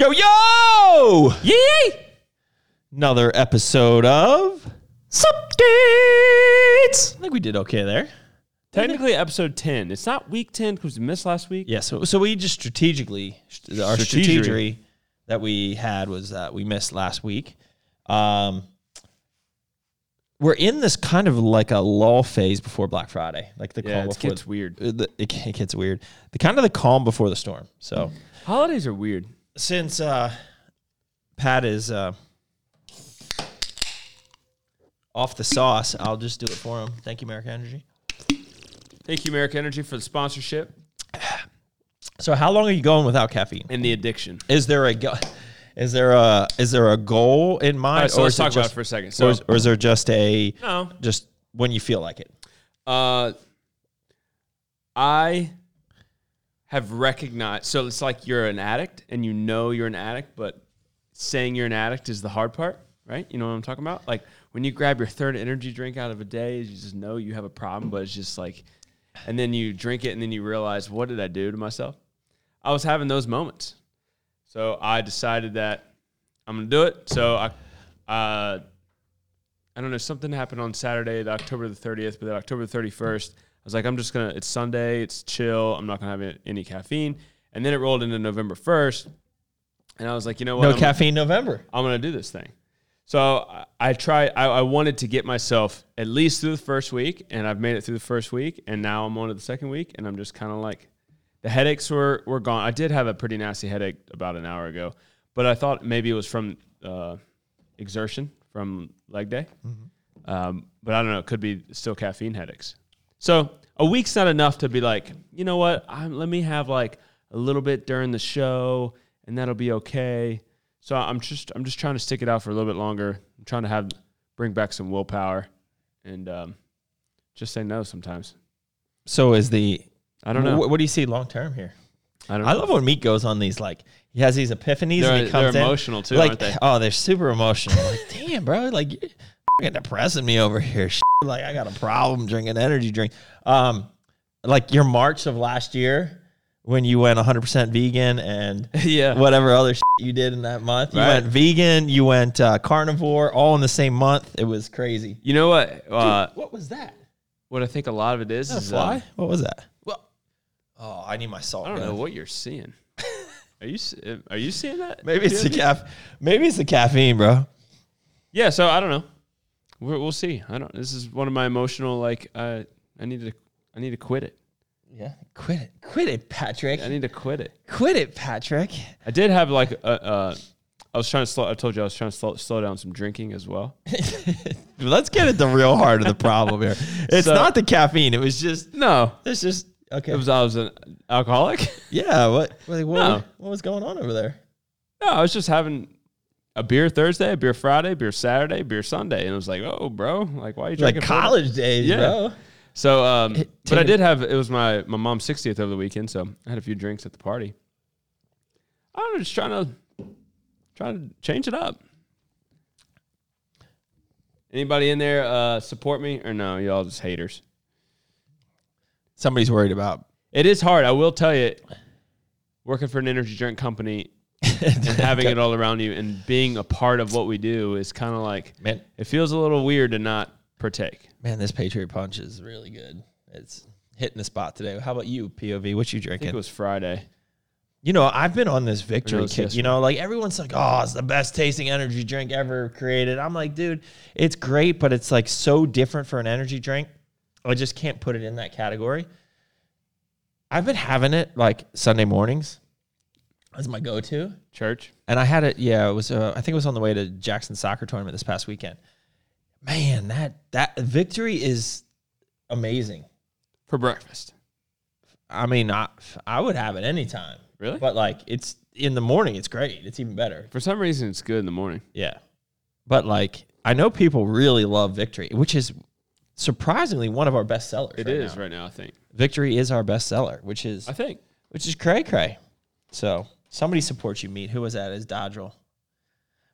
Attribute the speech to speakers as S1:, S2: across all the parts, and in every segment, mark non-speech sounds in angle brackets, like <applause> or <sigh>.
S1: Yo, yo!
S2: Yay!
S1: Another episode of.
S2: Sup
S1: I
S2: dates!
S1: think we did okay there.
S2: Technically, episode 10. It's not week 10 because we missed last week.
S1: Yeah, so, so we just strategically, st- our
S2: Strategery.
S1: strategy that we had was that we missed last week. Um, we're in this kind of like a lull phase before Black Friday, like the
S2: Yeah,
S1: calm
S2: it
S1: before
S2: gets weird.
S1: uh, the- it, it gets weird. The kind of the calm before the storm. So
S2: Holidays are weird.
S1: since uh, Pat is uh, off the sauce, I'll just do it for him. Thank you, America Energy.
S2: Thank you, America Energy, for the sponsorship
S1: So, how long are you going without caffeine?
S2: and the addiction.
S1: Is there a go- is there a is there a goal in mind,
S2: All right, so let's
S1: is
S2: talk about
S1: just-
S2: it for a second.
S1: or
S2: So,
S1: is, or is there just a
S2: no.
S1: just when you feel like it?
S2: Uh, I have recognized. So it's like you're an addict, and you know you're an addict, but saying you're an addict is the hard part, right? You know what I'm talking about? Like when you grab your third energy drink out of a day, you just know you have a problem, but it's just like, and then you drink it, and then you realize, what did I do to myself? I was having those moments, so I decided that I'm gonna do it. So I. Uh, I don't know, something happened on Saturday, the October the 30th, but then October the 31st, I was like, I'm just going to, it's Sunday, it's chill, I'm not going to have any- any caffeine. And then it rolled into November 1st, and I was like, you know what?
S1: no
S2: I'm-
S1: caffeine November.
S2: I'm gonna do this thing. So I, I tried. I, I wanted to get myself at least through the first week, and I've made it through the first week, and now I'm on to the second week, and I'm just kind of like, the headaches were were gone. I did have a pretty nasty headache about an hour ago, but I thought maybe it was from uh, exertion from leg day, um, but I don't know. It could be still caffeine headaches. So a week's not enough to be like, you know what? I'm, let me have like a little bit during the show, and that'll be okay. So I'm just I'm just trying to stick it out for a little bit longer. I'm trying to have bring back some willpower, and um, just say no sometimes.
S1: So is the
S2: I don't know.
S1: What, do you see long term here?
S2: I don't.
S1: I
S2: know.
S1: love when Meat goes on these like he has these epiphanies
S2: They're,
S1: and he comes
S2: they're
S1: in
S2: emotional too,
S1: like <laughs>
S2: aren't they?
S1: oh they're super emotional. like <laughs> damn bro, like you're fucking depressing me over here. <laughs> Like I got a problem drinking energy drink. Um, like your March of last year when you went 100 percent vegan and
S2: <laughs> yeah.
S1: whatever other shit you did in that month. You
S2: Right.
S1: went vegan, you went uh, carnivore, all in the same month. It was crazy.
S2: You know what? Uh,
S1: what was that?
S2: what I think a lot of it is is uh,
S1: what was that? Well, oh, I need my salt.
S2: I don't
S1: gun.
S2: know what
S1: <laughs>
S2: you're seeing. are you se- are you seeing that?
S1: Maybe it's the caff. Maybe it's the caffeine, bro.
S2: yeah. So I don't know. We're, we'll see. I don't. This is one of my emotional like. Uh, I need to. I need to quit it.
S1: Yeah, quit it, quit it, Patrick.
S2: I need to quit it.
S1: Quit it, Patrick.
S2: I did have like a, uh, I was trying to slow. I told you I was trying to slow, slow down some drinking as well. <laughs>
S1: Let's get at the real heart of the problem <laughs> here. It's
S2: So-
S1: not the caffeine. It was just.
S2: No,
S1: It's just okay.
S2: it was I was an alcoholic. <laughs>
S1: yeah. What? Like, what,
S2: No.
S1: what was going on over there?
S2: No, I was just having a beer Thursday, a beer Friday, beer Saturday, beer Sunday, and I was like, oh, bro, like why are you drinking?
S1: Like
S2: Friday?"
S1: college days,
S2: Yeah.
S1: bro.
S2: So, um, but I
S1: take
S2: did have it was my my mom's sixtieth over the weekend, so I had a few drinks at the party. I don't know, just trying to trying to change it up. Anybody in there uh, support me or no? Y'all just haters.
S1: Somebody's worried about
S2: It is hard. I will tell you, working for an energy drink company and having it all around you and being a part of what we do is kind of like
S1: man.
S2: it feels a little weird to not partake.
S1: Man, this Patriot Punch is really good. It's hitting the spot today. How about you, POV? What you
S2: I think
S1: drinking?
S2: it was Friday.
S1: you know, I've been on this victory
S2: was
S1: kick. You know, like everyone's like, "Oh, it's the best tasting energy drink ever created." I'm like, dude, it's great, but it's like so different for an energy drink. I just can't put it in that category. I've been having it like Sunday mornings as my go-to.
S2: Church.
S1: and I had it. Yeah, it was. Uh, I think it was on the way to Jackson soccer tournament this past weekend. Man, that that victory is amazing.
S2: For breakfast.
S1: I mean, I I would have it anytime,
S2: Really?
S1: but like it's in the morning. It's great. It's even better.
S2: For some reason, it's good in the morning.
S1: Yeah, but like I know people really love victory, which is surprisingly one of our best sellers.
S2: It is right now, I think.
S1: Victory is our best seller, which is
S2: I think.
S1: which is cray cray. So somebody supports you. Meet who was that? Is Dodrell.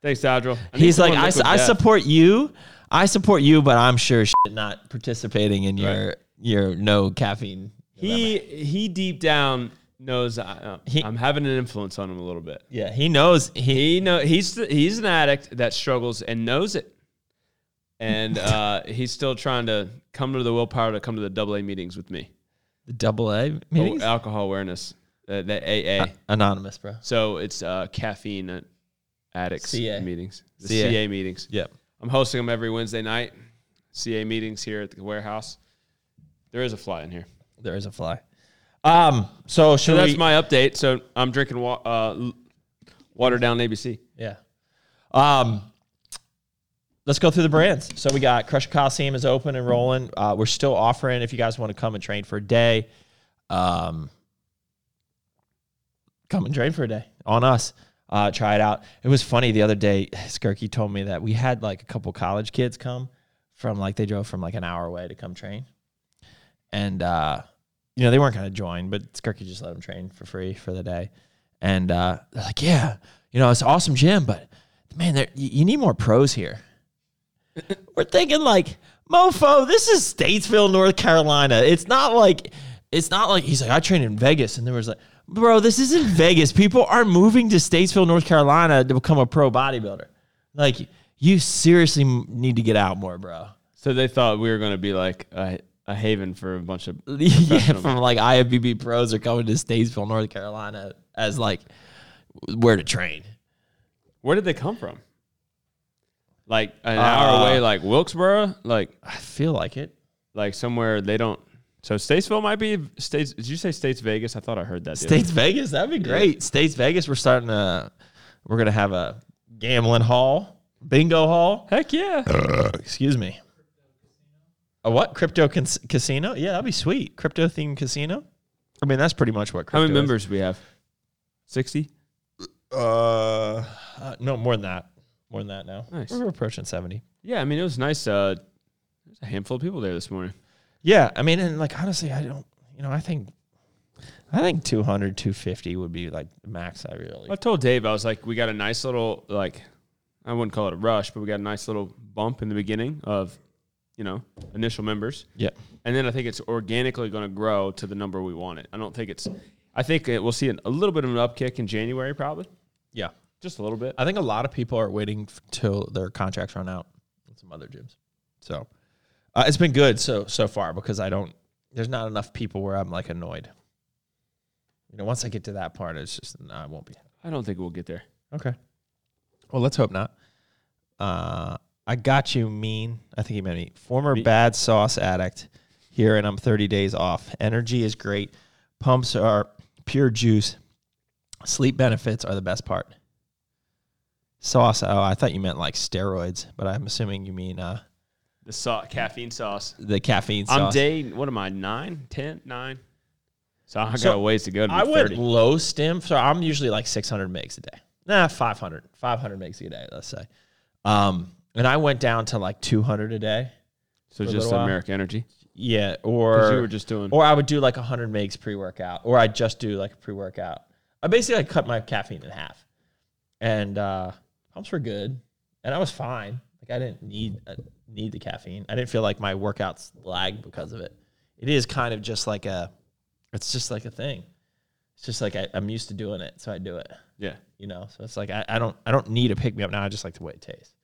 S2: Thanks, Dodrell. I need
S1: He's like,
S2: someone
S1: I,
S2: liquid
S1: I
S2: death.
S1: support you. I support you, but I'm sure shit not participating in your your no caffeine.
S2: He he deep down knows I, uh,
S1: He-
S2: I'm having an influence on him a little bit.
S1: Yeah, he knows. He
S2: He know he's the, he's an addict that struggles and knows it, <laughs> and uh, he's still trying to come to the willpower to come to the double A meetings with me.
S1: the double A meetings?
S2: Oh, alcohol awareness, uh, the AA.
S1: anonymous, bro.
S2: so it's uh, caffeine uh, addicts
S1: CA.
S2: meetings, the
S1: CA.
S2: CA. meetings.
S1: Yep.
S2: I'm hosting them every Wednesday night. CA meetings here at the warehouse. There is a fly in here.
S1: There is a fly. Um. So should
S2: So
S1: we?
S2: that's my update. So I'm drinking wa- uh, l- water down ABC.
S1: yeah. Um. Let's go through the brands. So we got Crusher Coliseum is open and rolling. Uh, we're still offering if you guys want to come and train for a day. Um. Come and train for a day on us. Uh, try it out. It was funny the other day. <sighs> Skirky told me that we had like a couple college kids come from like they drove from like an hour away to come train. and uh, you know they weren't going to join, but Skirky just let them train for free for the day, and uh, they're like, yeah, you know, it's an awesome gym, but man, there you, you need more pros here. We're thinking like, mofo, this is Statesville, North Carolina. It's not like, it's not like he's like I trained in Vegas, and there was like. Bro, this isn't Vegas. People are moving to Statesville, North Carolina to become a pro bodybuilder. Like, you seriously m- need to get out more, bro.
S2: So they thought we were going to be like a, a haven for a bunch of
S1: <laughs> yeah, from like IFBB pros are coming to Statesville, North Carolina, as like where to train.
S2: Where did they come from? Like an hour away, like Wilkesboro, like
S1: I feel like it.
S2: like somewhere they don't. So Statesville might be states. Did you say States Vegas? I thought I heard that. the other
S1: States Vegas, that'd be great. States Vegas, we're starting to, we're gonna have a gambling hall, bingo hall.
S2: day. Heck yeah!
S1: Excuse me. A what? Crypto cas- casino? Yeah, that'd be sweet. Crypto themed casino. I mean, that's pretty much what. Crypto
S2: How many
S1: is.
S2: members do we have? Sixty.
S1: Uh, uh, no, more than that. More than that now.
S2: Nice.
S1: We're approaching seventy.
S2: Yeah, I mean it was nice. Uh, there's a handful of people there this morning.
S1: Yeah, I mean, and like honestly, I don't. You know, I think, I think 200, 250 would be like the max. I really.
S2: I told Dave I was like, we got a nice little like, I wouldn't call it a rush, but we got a nice little bump in the beginning of, you know, initial members.
S1: Yeah.
S2: and then I think it's organically going to grow to the number we want it. I don't think it's. I think it, we'll see an, a little bit of an upkick in January, probably
S1: Yeah.
S2: just a little bit.
S1: I think a lot of people are waiting f- till their contracts run out with some other gyms. So, uh, it's been good so so far because I don't. There's not enough people where I'm like annoyed. You know, once I get to that part, it's just no, I won't be.
S2: I don't think we'll get there.
S1: Okay. Well, let's hope not. Uh, I got you, mean. I think he meant me. Former
S2: Me-
S1: bad sauce addict here, and I'm 30 days off. Energy is great. Pumps are pure juice. Sleep benefits are the best part. Sauce. Oh, I thought you meant like steroids, but I'm assuming you mean uh,
S2: The sau caffeine sauce.
S1: the caffeine
S2: I'm
S1: sauce.
S2: day. What am I? Nine, ten, nine. So I got
S1: So,
S2: a ways to go. To be
S1: I went
S2: 30.
S1: low stim, so I'm usually like 600 megs a day. Nah, 500, 500 megs a day, let's say. Um, and I went down to like 200 a day.
S2: So
S1: for a
S2: just
S1: little while.
S2: American Energy.
S1: Yeah,
S2: 'Cause
S1: or
S2: you were just doing.
S1: or I would do like 100 megs pre workout, or I just do like a pre workout. I basically like cut my caffeine in half, and uh, pumps were good, and I was fine. Like I didn't need uh, need the caffeine. I didn't feel like my workouts lagged because of it. It is kind of just like a, it's just like a thing. It's just like I, I'm used to doing it, so I do it.
S2: yeah.
S1: You know, so it's like I, I don't I don't need a pick me up now. I just like the way it tastes.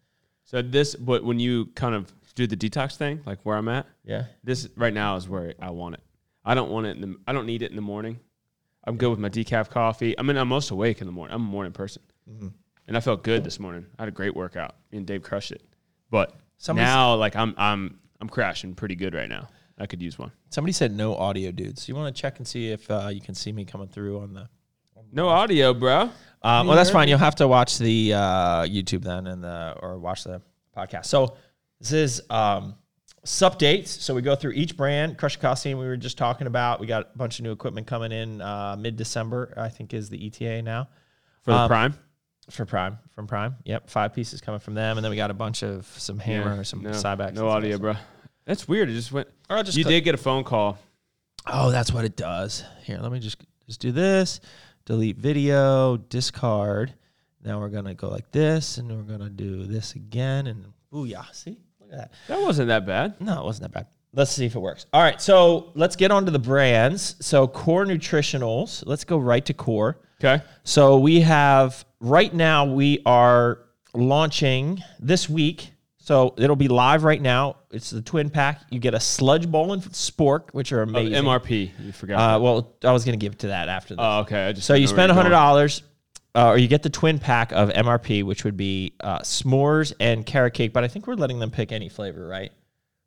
S2: So this, but when you kind of do the detox thing, like where I'm at,
S1: Yeah,
S2: this right now is where I want it. I don't want it. In the, I don't need it in the morning. I'm good with my decaf coffee. I mean, I'm most awake in the morning. I'm a morning person,
S1: Mm-hmm.
S2: and I felt good this morning. I had a great workout. Me and Dave crushed it. But
S1: Somebody's-
S2: now, like, I'm I'm I'm crashing pretty good right now. I could use one.
S1: somebody said no audio, dudes. You want to check and see if uh, you can see me coming through on the
S2: No audio, bro.
S1: Um, well, that's fine. You'll have to watch the uh, YouTube then, and the or watch the podcast. So this is um, sup dates. So we go through each brand. Crush Coliseum we were just talking about. We got a bunch of new equipment coming in uh, mid December. I think is the ETA now
S2: For the
S1: Um,
S2: prime,
S1: for Prime from Prime. Yep, five pieces coming from them, and then we got a bunch of some hammer or some
S2: no,
S1: sidebacks.
S2: No audio, bro. That's weird. It just went.
S1: Or I'll just
S2: you
S1: click-
S2: did get a phone call.
S1: Oh, that's what it does. Here, let me just just do this. Delete video, discard. Now we're gonna go like this, and we're gonna do this again, and booyah! See, look at that.
S2: That wasn't that bad.
S1: No, it wasn't that bad. Let's see if it works. All right, so let's get on to the brands. So Core Nutritionals, let's go right to Core.
S2: Okay.
S1: So we have right now we are launching this week. So it'll be live right now. It's the twin pack. You get a sludge bowl and spork, which are amazing.
S2: MRP. You forgot.
S1: uh, well, I was gonna give it to that after this.
S2: oh, okay. I just
S1: so you
S2: didn't know
S1: spend
S2: where
S1: hundred
S2: were going.
S1: dollars, uh, or you get the twin pack of MRP, which would be uh, s'mores and carrot cake. But I think we're letting them pick any flavor, right?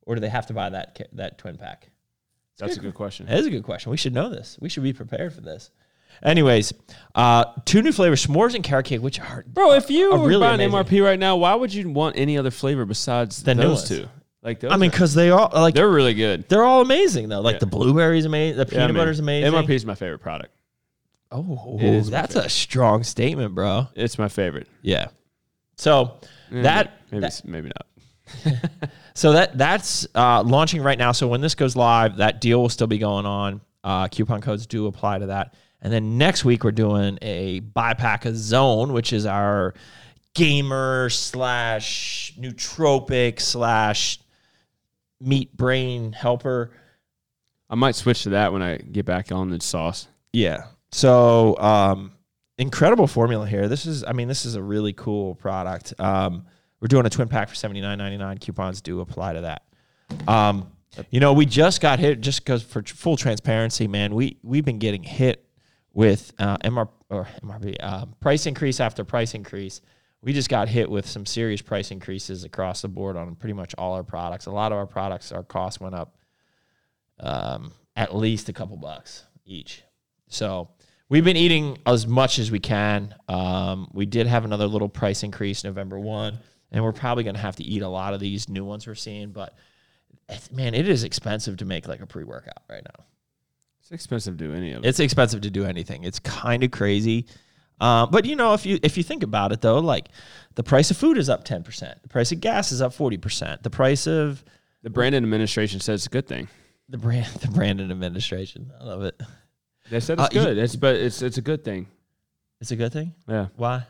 S1: Or do they have to buy that ca- that twin pack?
S2: That's a good question.
S1: That is a good question. We should know this. We should be prepared for this. Anyways, uh, two new flavors: s'mores and carrot cake, which are
S2: Bro, if you
S1: Are
S2: were
S1: really
S2: buying
S1: amazing.
S2: MRP right now, why would you want any other flavor besides
S1: The new
S2: those
S1: ones.
S2: two? Like those
S1: I mean,
S2: are-
S1: because they all like they're,
S2: they're really good.
S1: all amazing though. Like the blueberries amazing, the peanut
S2: Yeah, man.
S1: butter's amazing.
S2: MRP is my favorite product.
S1: Oh,
S2: It is my
S1: that's a strong statement, bro.
S2: It's my favorite.
S1: Yeah. So that
S2: maybe
S1: that-
S2: s- maybe not.
S1: So that that's uh, launching right now. So when this goes live, that deal will still be going on. Uh, coupon codes do apply to that. And then next week we're doing a buy pack a zone, which is our gamer slash nootropic slash meat brain helper.
S2: I might switch to that when I get back on the sauce.
S1: Yeah. So um, incredible formula here. This is, I mean, this is a really cool product. Um, we're doing a twin pack for seventy nine ninety nine. Coupons do apply to that. Um, you know, we just got hit. Just because for tr- full transparency, man, we we've been getting hit with uh, MR or MRB um, price increase after price increase. We just got hit with some serious price increases across the board on pretty much all our products. A lot of our products, our costs went up um, at least a couple bucks each. So we've been eating as much as we can. Um, we did have another little price increase November 1, and we're probably going to have to eat a lot of these new ones we're seeing. But it's, man, it is expensive to make like a pre workout right now.
S2: It's expensive to do any of it.
S1: It's expensive to do anything. It's kind of crazy. Uh, but you know, if you if you think about it though, like the price of food is up ten percent, the price of gas is up forty percent, the price of
S2: The Brandon administration says it's a good thing.
S1: the brand <laughs> the Brandon administration, I love it.
S2: They said
S1: Uh,
S2: it's
S1: you-
S2: good. it's but it's it's a good thing.
S1: It's a good thing.
S2: Yeah.
S1: Why?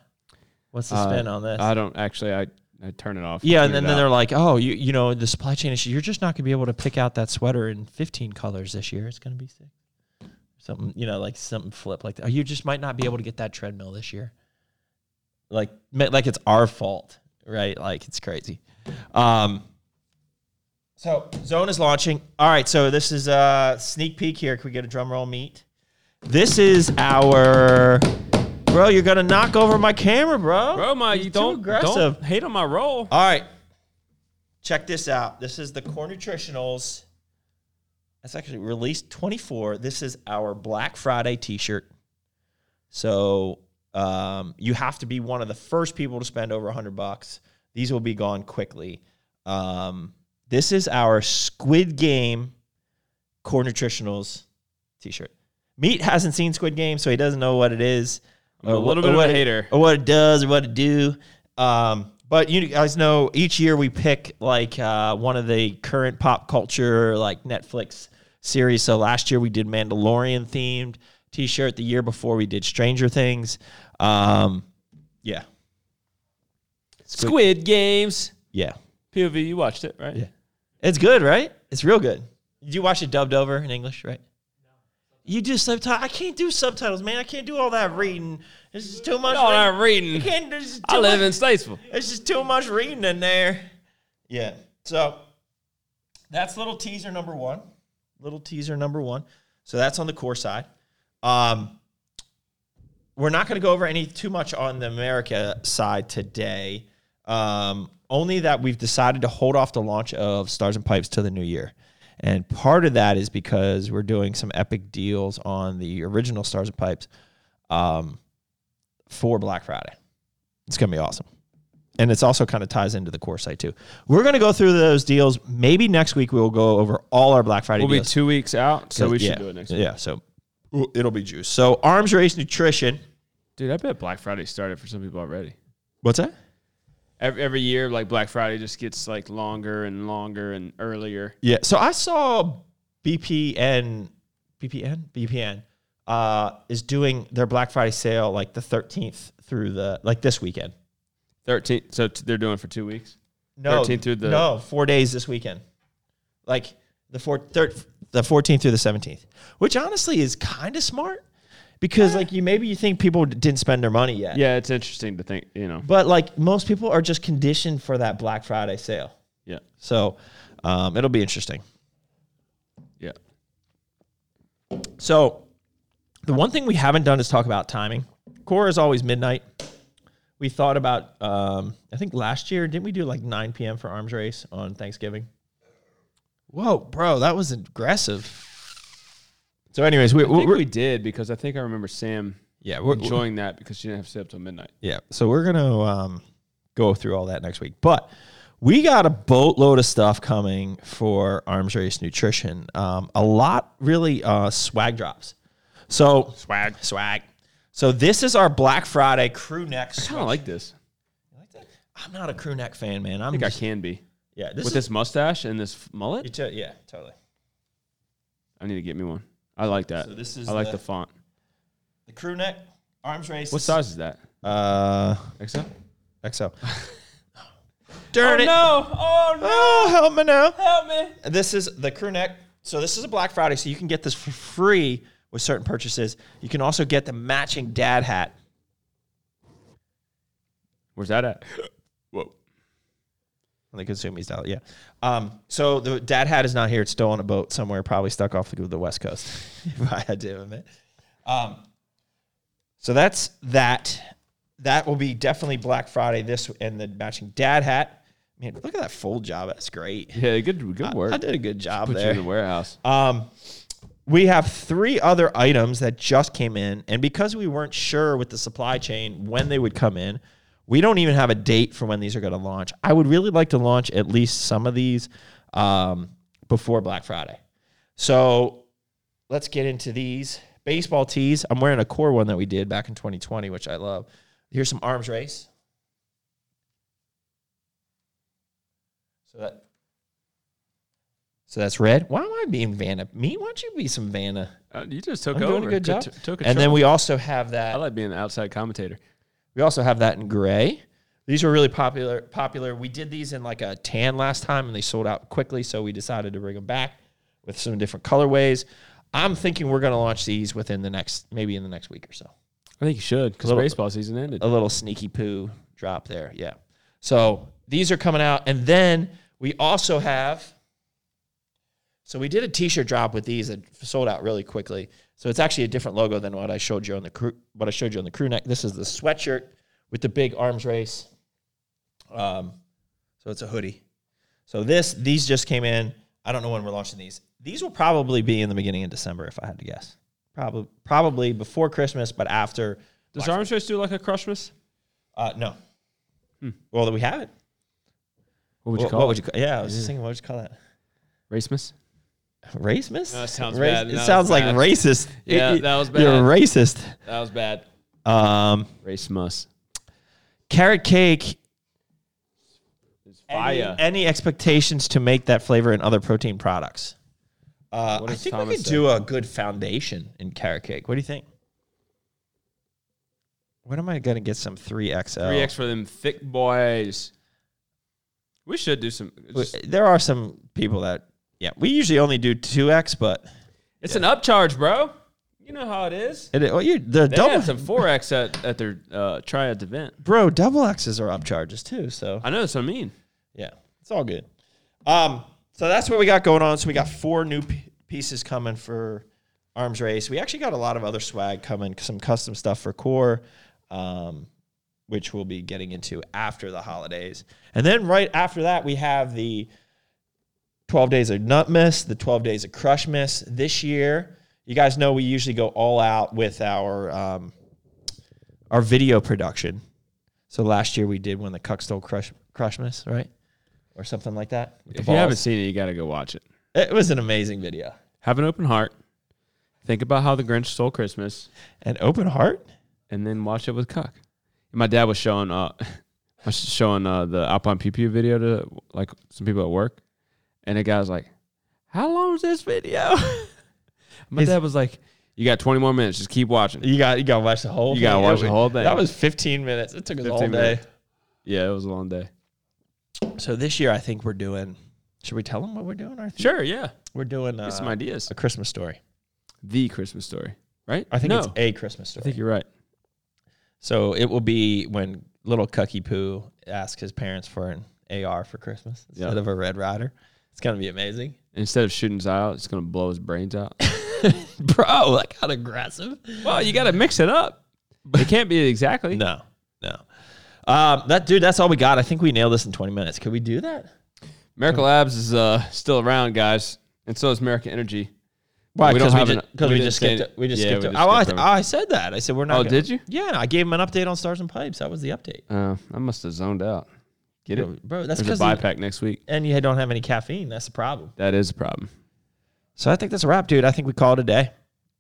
S1: What's the
S2: Uh,
S1: spin on this?
S2: I don't actually. I, I turn it off.
S1: Yeah,
S2: Tune
S1: and then,
S2: it
S1: then
S2: out.
S1: they're like, oh, you you know, the supply chain issue. You're just not gonna be able to pick out that sweater in 15 colors this year. It's gonna be sick. Something you know, like something flip like that. Oh, you just might not be able to get that treadmill this year. Like ma- like it's our fault, right? Like it's crazy. Um. So Zone is launching. All right, so this is a sneak peek here. Can we get a drum roll, meet? This is our. Bro, you're gonna knock over my camera, bro.
S2: bro, my you
S1: too
S2: don't
S1: aggressive.
S2: don't hate on my roll.
S1: All right. Check this out. This is the Core Nutritionals. That's actually released 24. This is our Black Friday t shirt. So um, you have to be one of the first people to spend over 100 bucks. These will be gone quickly. Um, this is our Squid Game Core Nutritionals t shirt. Meat hasn't seen Squid Game, so he doesn't know what it is.
S2: I'm a
S1: or wh-
S2: little bit
S1: or
S2: of
S1: what
S2: a
S1: it-
S2: hater.
S1: or what it does or what it do. Um, but you guys know each year we pick like uh, one of the current pop culture like Netflix series. So last year we did Mandalorian themed T-shirt. The year before we did Stranger Things. Um, yeah,
S2: Squid, Games
S1: yeah,
S2: POV. You watched it, right?
S1: Yeah. it's good, right? It's real good. Did you watch it dubbed over in English, right? You do subtitles. I can't do subtitles, man. I can't do all that reading. This is too much.
S2: No,
S1: reading.
S2: I'm reading.
S1: I can't. This is too
S2: I live
S1: much.
S2: in Statesville.
S1: It's just too much reading in there. Yeah. So that's little teaser number one. Little teaser number one. So that's on the core side. Um, we're not going to go over any too much on the America side today. Um, only that we've decided to hold off the launch of Stars and Pipes to the new year. And part of that is because we're doing some epic deals on the original Stars and Pipes um, for Black Friday. It's going to be awesome and it's also kind of ties into the core site too. We're going to go through those deals. Maybe next week we will go over all our Black Friday
S2: We'll be
S1: deals.
S2: two weeks out, so we should
S1: yeah.
S2: do it next
S1: Yeah,
S2: week.
S1: so w- it'll be juice. So Arms Race Nutrition.
S2: Dude, I bet Black Friday started for some people already.
S1: What's that?
S2: Every, every year, like Black Friday just gets like longer and longer and earlier.
S1: Yeah. So I saw BPN, BPN, BPN uh, is doing their Black Friday sale like the 13th through the like this weekend.
S2: 13. So t- they're doing it for two weeks.
S1: No,
S2: 13th through the-
S1: no four days this weekend. Like the four, third, the 14th through the 17th, which honestly is kind of smart because like you maybe you think people didn't spend their money yet.
S2: Yeah, it's interesting to think, you know.
S1: But like most people are just conditioned for that Black Friday sale.
S2: Yeah.
S1: So um, it'll be interesting.
S2: Yeah.
S1: So the one thing we haven't done is talk about timing. Core is always midnight. We thought about, um, I think last year, didn't we do like 9 p.m. for arms race on Thanksgiving? Whoa, bro, that was aggressive. So, anyways, we,
S2: I think
S1: we're,
S2: we did because I think I remember Sam
S1: yeah, we're,
S2: enjoying that because she didn't have to stay up till midnight.
S1: Yeah. So we're gonna um, go through all that next week, but we got a boatload of stuff coming for Arms Race Nutrition. Um, a lot, really, uh, swag drops. So swag, swag. So this is our Black Friday crew neck.
S2: <laughs> I
S1: Swag.
S2: don't like this.
S1: I'm not a crew neck fan, man. I'm
S2: I think I
S1: just,
S2: can be
S1: yeah. This
S2: with
S1: is
S2: this mustache and this mullet.
S1: you to- yeah, totally.
S2: I need to get me one. I like that.
S1: So this is
S2: I like
S1: the-
S2: the, font.
S1: The crew neck Arms Race.
S2: What size is that?
S1: Uh,
S2: XL. <laughs>
S1: XO. Darn it!
S2: Oh
S1: Oh, help me now.
S2: Help me.
S1: this is the crew neck. So this is a Black Friday, so you can get this for free with certain purchases. You can also get the matching dad hat.
S2: Where's that at? <laughs> Whoa.
S1: On the consumies dollar, yeah. Um, so the dad hat is not here; it's still on a boat somewhere, probably stuck off the, the west coast. <laughs> if I had to admit. Um, so that's that. That will be definitely Black Friday. This and the matching dad hat. Man, look at that fold job. That's great.
S2: Yeah, good good work.
S1: I did a good job
S2: Put
S1: there.
S2: you in the warehouse.
S1: Um, we have three other items that just came in, and because we weren't sure with the supply chain when they would come in, we don't even have a date for when these are going to launch. I would really like to launch at least some of these um, before Black Friday. So let's get into these baseball tees. I'm wearing a core one that we did back in 2020, which I love. Here's some arms race. So that so that's red. Why am I being Vanna? Me? Why don't you be some Vanna?
S2: Uh, you just took
S1: I'm
S2: over.
S1: doing a good job.
S2: t- took a
S1: and then
S2: charge.
S1: we also have
S2: I
S1: that.
S2: like being the outside commentator.
S1: We also have that in gray. These were really popular. Popular. We did these in like a tan last time, and they sold out quickly. So we decided to bring them back with some different colorways. I'm thinking we're going to launch these within the next, maybe in the next week or so.
S2: I think you should because
S1: Little-
S2: baseball season ended.
S1: a little sneaky poo drop there. Yeah. So these are coming out. And then we also have. So we did a t-shirt drop with these that sold out really quickly. So it's actually a different logo than what I showed you on the crew what I showed you on the crew neck. This is the sweatshirt with the big arms race. Um, so it's a hoodie. So this these just came in. I don't know when we're launching these. These will probably be in the beginning of December if I had to guess. Probably probably before Christmas, but after
S2: Does Arms Race do like a Christmas?
S1: uh, no. Well, we have it.
S2: What would you
S1: What-
S2: Hmm. call
S1: what
S2: it?
S1: would you call? Yeah, I was just thinking, what would you call that?
S2: Racemus?
S1: Race miss?
S2: No, it sounds
S1: Race-
S2: bad.
S1: It
S2: No, it's
S1: sounds like
S2: bad.
S1: racist.
S2: Yeah,
S1: It- it-
S2: that was
S1: You're
S2: bad.
S1: racist.
S2: That was bad.
S1: Um,
S2: Racemus.
S1: carrot cake. Any,
S2: Fire.
S1: any expectations to make that flavor and other protein products? Uh,
S2: What
S1: I
S2: does
S1: think we
S2: Thomas
S1: could
S2: say?
S1: do a good foundation in carrot cake. What do you think? When am I gonna get some three XL?
S2: Three X for them thick boys. We should do some. It's,
S1: There are some people that yeah. We usually only do two X, but
S2: it's an upcharge, bro. You know how it is.
S1: it, oh, you the
S2: They
S1: double
S2: had some four X at, at their uh, triads event.
S1: bro double x's are up charges too so
S2: I know that's what I mean.
S1: yeah it's all good um so that's what we got going on so we got four new p- pieces coming for arms race we actually got a lot of other swag coming some custom stuff for core um which we'll be getting into after the holidays and then right after that we have the 12 days of nut miss the 12 days of crush miss this year you guys know we usually go all out with our um our video production so last year we did when the cuck stole crush crushmas, right? Or something like that. with the
S2: If you haven't
S1: balls.
S2: seen it, you got to go watch it.
S1: it was an amazing video.
S2: Have an open heart. Think about how the Grinch stole Christmas,
S1: An open heart?
S2: and then watch it with Cuck. And my dad was showing uh, <laughs> was showing uh, the Alpine Pew Pew video to like some people at work, and the guy was like, "How long is this video?" <laughs> my
S1: His-
S2: dad was like, "You got 20 more minutes. Just keep watching."
S1: You got you gotta watch the whole
S2: You gotta
S1: thing.
S2: watch
S1: That
S2: the
S1: was-
S2: whole thing.
S1: That was fifteen minutes. It took us all
S2: 15
S1: day.
S2: minutes. Yeah, it was a long day.
S1: So this year I think we're doing Should we tell them what we're doing, Arthur?
S2: Sure, yeah.
S1: We're doing uh,
S2: Get some ideas.
S1: a Christmas story.
S2: The Christmas story, right?
S1: I think
S2: no.
S1: it's a Christmas story.
S2: I think you're right.
S1: so it will be when little Cucky Poo asks his parents for an AR for Christmas instead
S2: Yeah.
S1: of a Red Rider. It's gonna be amazing, <laughs>
S2: Instead of shooting his eye out, it's gonna blow his brains out.
S1: bro. Like how aggressive.
S2: <laughs> well, you gotta mix it up. It can't be exactly.
S1: No, no. Um, that dude, that's all we got. I think we nailed this in 20 minutes. Could we do that?
S2: Miracle Labs is uh, still around, guys, and so is America Energy.
S1: Why?
S2: We
S1: Because
S2: don't
S1: we,
S2: have
S1: ju-
S2: an-
S1: 'cause
S2: we
S1: we
S2: didn't
S1: just
S2: say
S1: skipped.
S2: it.
S1: it. We just
S2: Yeah,
S1: skipped.
S2: we
S1: it.
S2: just
S1: oh, I,
S2: skipped over it.
S1: I said that. I said we're not.
S2: Oh,
S1: gonna-
S2: did you?
S1: Yeah, I gave him an update on Stars and Pipes. That was the update.
S2: Uh, I must have zoned out. Get it?
S1: Bro, that's because
S2: There's a buyback next week.
S1: and you don't have any caffeine. That's the problem.
S2: That is a problem.
S1: So I think that's a wrap, dude. I think we call it a day.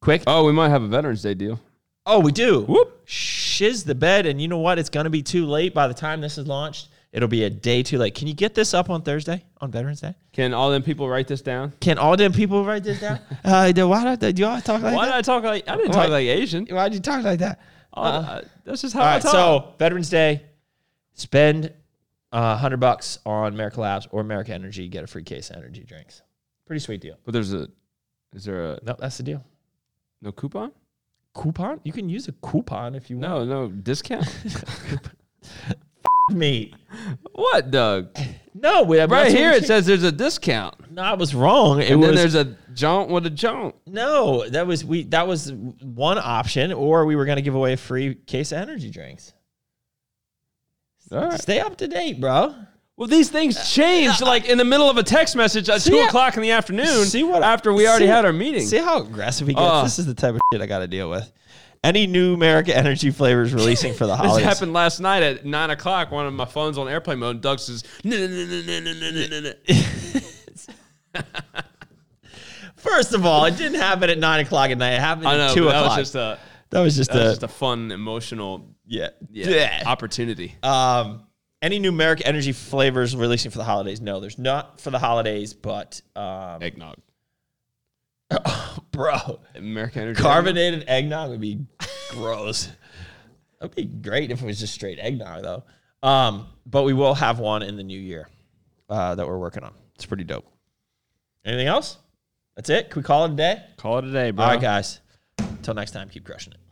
S1: Quick.
S2: Oh, we might have a Veterans Day deal.
S1: Oh, we do.
S2: Whoop.
S1: Shiz the bed, and you know what? It's gonna be too late by the time this is launched. It'll be a day too late. Can you get this up on Thursday on Veterans Day?
S2: Can all them people write this down?
S1: Can all them people write this down? <laughs> uh, do- why do, do y'all talk like
S2: Why did
S1: that?
S2: I talk like I didn't
S1: Why-
S2: talk like Asian?
S1: Why'd you talk like that? Uh,
S2: Oh, I- that's just how
S1: All
S2: I
S1: right,
S2: talk.
S1: so Veterans Day, spend uh, a hundred bucks on America Labs or America Energy, get a free case of energy drinks. Pretty sweet deal.
S2: but there's a, is there a
S1: No, that's the deal.
S2: no coupon?
S1: Coupon? You can use a coupon if you want.
S2: No, no <laughs> discount.
S1: me.
S2: what, Doug?
S1: No, we have
S2: Right here it says there's a discount,
S1: No, I was wrong. It
S2: and then
S1: was
S2: there's a jaunt with a jaunt.
S1: no. That was we. That was one option, or we were going to give away a free case of energy drinks.
S2: All right.
S1: Stay up to date, bro.
S2: Well, these things change like in the middle of a text message at
S1: See
S2: two
S1: how-
S2: o'clock in the afternoon.
S1: See what I-
S2: after we already
S1: see-
S2: had our meeting.
S1: See how aggressive he gets.
S2: Uh.
S1: this is the type of shit I got to deal with. Any new America Energy flavors releasing for the
S2: <laughs> This
S1: holidays?
S2: happened last night at nine o'clock. One of my phones on airplane mode. Doug says, <laughs> "No, no, no, no, no, no, no, no, no."
S1: First of all, it didn't happen at nine o'clock at night. It happened
S2: I
S1: at
S2: know.
S1: two
S2: but That
S1: o'clock.
S2: was just a
S1: that was just
S2: that was
S1: a,
S2: just a fun emotional
S1: yeah.
S2: yeah, opportunity.
S1: Um, any new America Energy flavors releasing for the holidays? No, there's not for the holidays, but um, <laughs>
S2: Eggnog.
S1: bro,
S2: American Energy.
S1: carbonated eggnog would be gross. That'd be great if it was just straight eggnog, though. Um, but we will have one in the new year uh, that we're working on. It's pretty dope. Anything else? That's it. Can we call it a day?
S2: Call it a day, bro. Uh-huh.
S1: All right, guys. Until next time, keep crushing it.